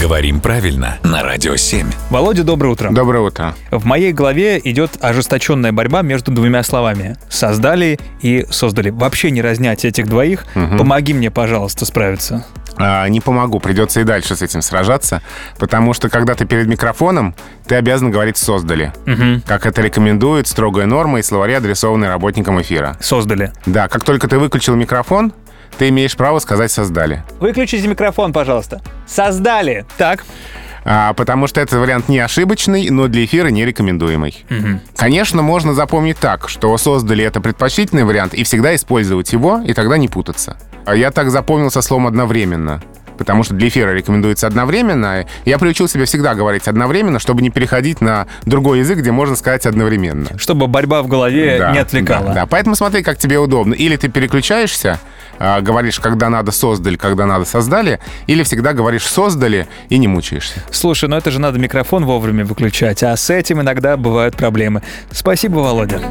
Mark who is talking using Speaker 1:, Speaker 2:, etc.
Speaker 1: Говорим правильно на Радио 7.
Speaker 2: Володя, доброе утро.
Speaker 3: Доброе утро.
Speaker 2: В моей голове идет ожесточенная борьба между двумя словами. Создали и создали. Вообще не разнять этих двоих. Помоги мне, пожалуйста, справиться.
Speaker 3: А, не помогу, придется и дальше с этим сражаться, потому что когда ты перед микрофоном, ты обязан говорить «создали», как это рекомендует строгая норма и словари, адресованные работникам эфира.
Speaker 2: Создали.
Speaker 3: Да, как только ты выключил микрофон, ты имеешь право сказать «создали»,
Speaker 2: Выключите микрофон, пожалуйста. Создали. Так.
Speaker 3: А, потому что этот вариант не ошибочный, но для эфира не рекомендуемый. Конечно, можно запомнить так, что «создали» — это предпочтительный вариант, и всегда использовать его, и тогда не путаться. А я так запомнил со словом «одновременно», потому что для эфира рекомендуется одновременно. Я приучил себя всегда говорить одновременно, чтобы не переходить на другой язык, где можно сказать одновременно.
Speaker 2: Чтобы борьба в голове
Speaker 3: Да,
Speaker 2: Э, не отвлекала.
Speaker 3: Да, да. поэтому смотри, как тебе удобно. Или ты переключаешься, а, говоришь, когда надо создали, когда надо создали, или всегда говоришь создали и не мучаешься.
Speaker 2: Слушай, ну это же надо микрофон вовремя выключать, а с этим иногда бывают проблемы. Спасибо, Володя.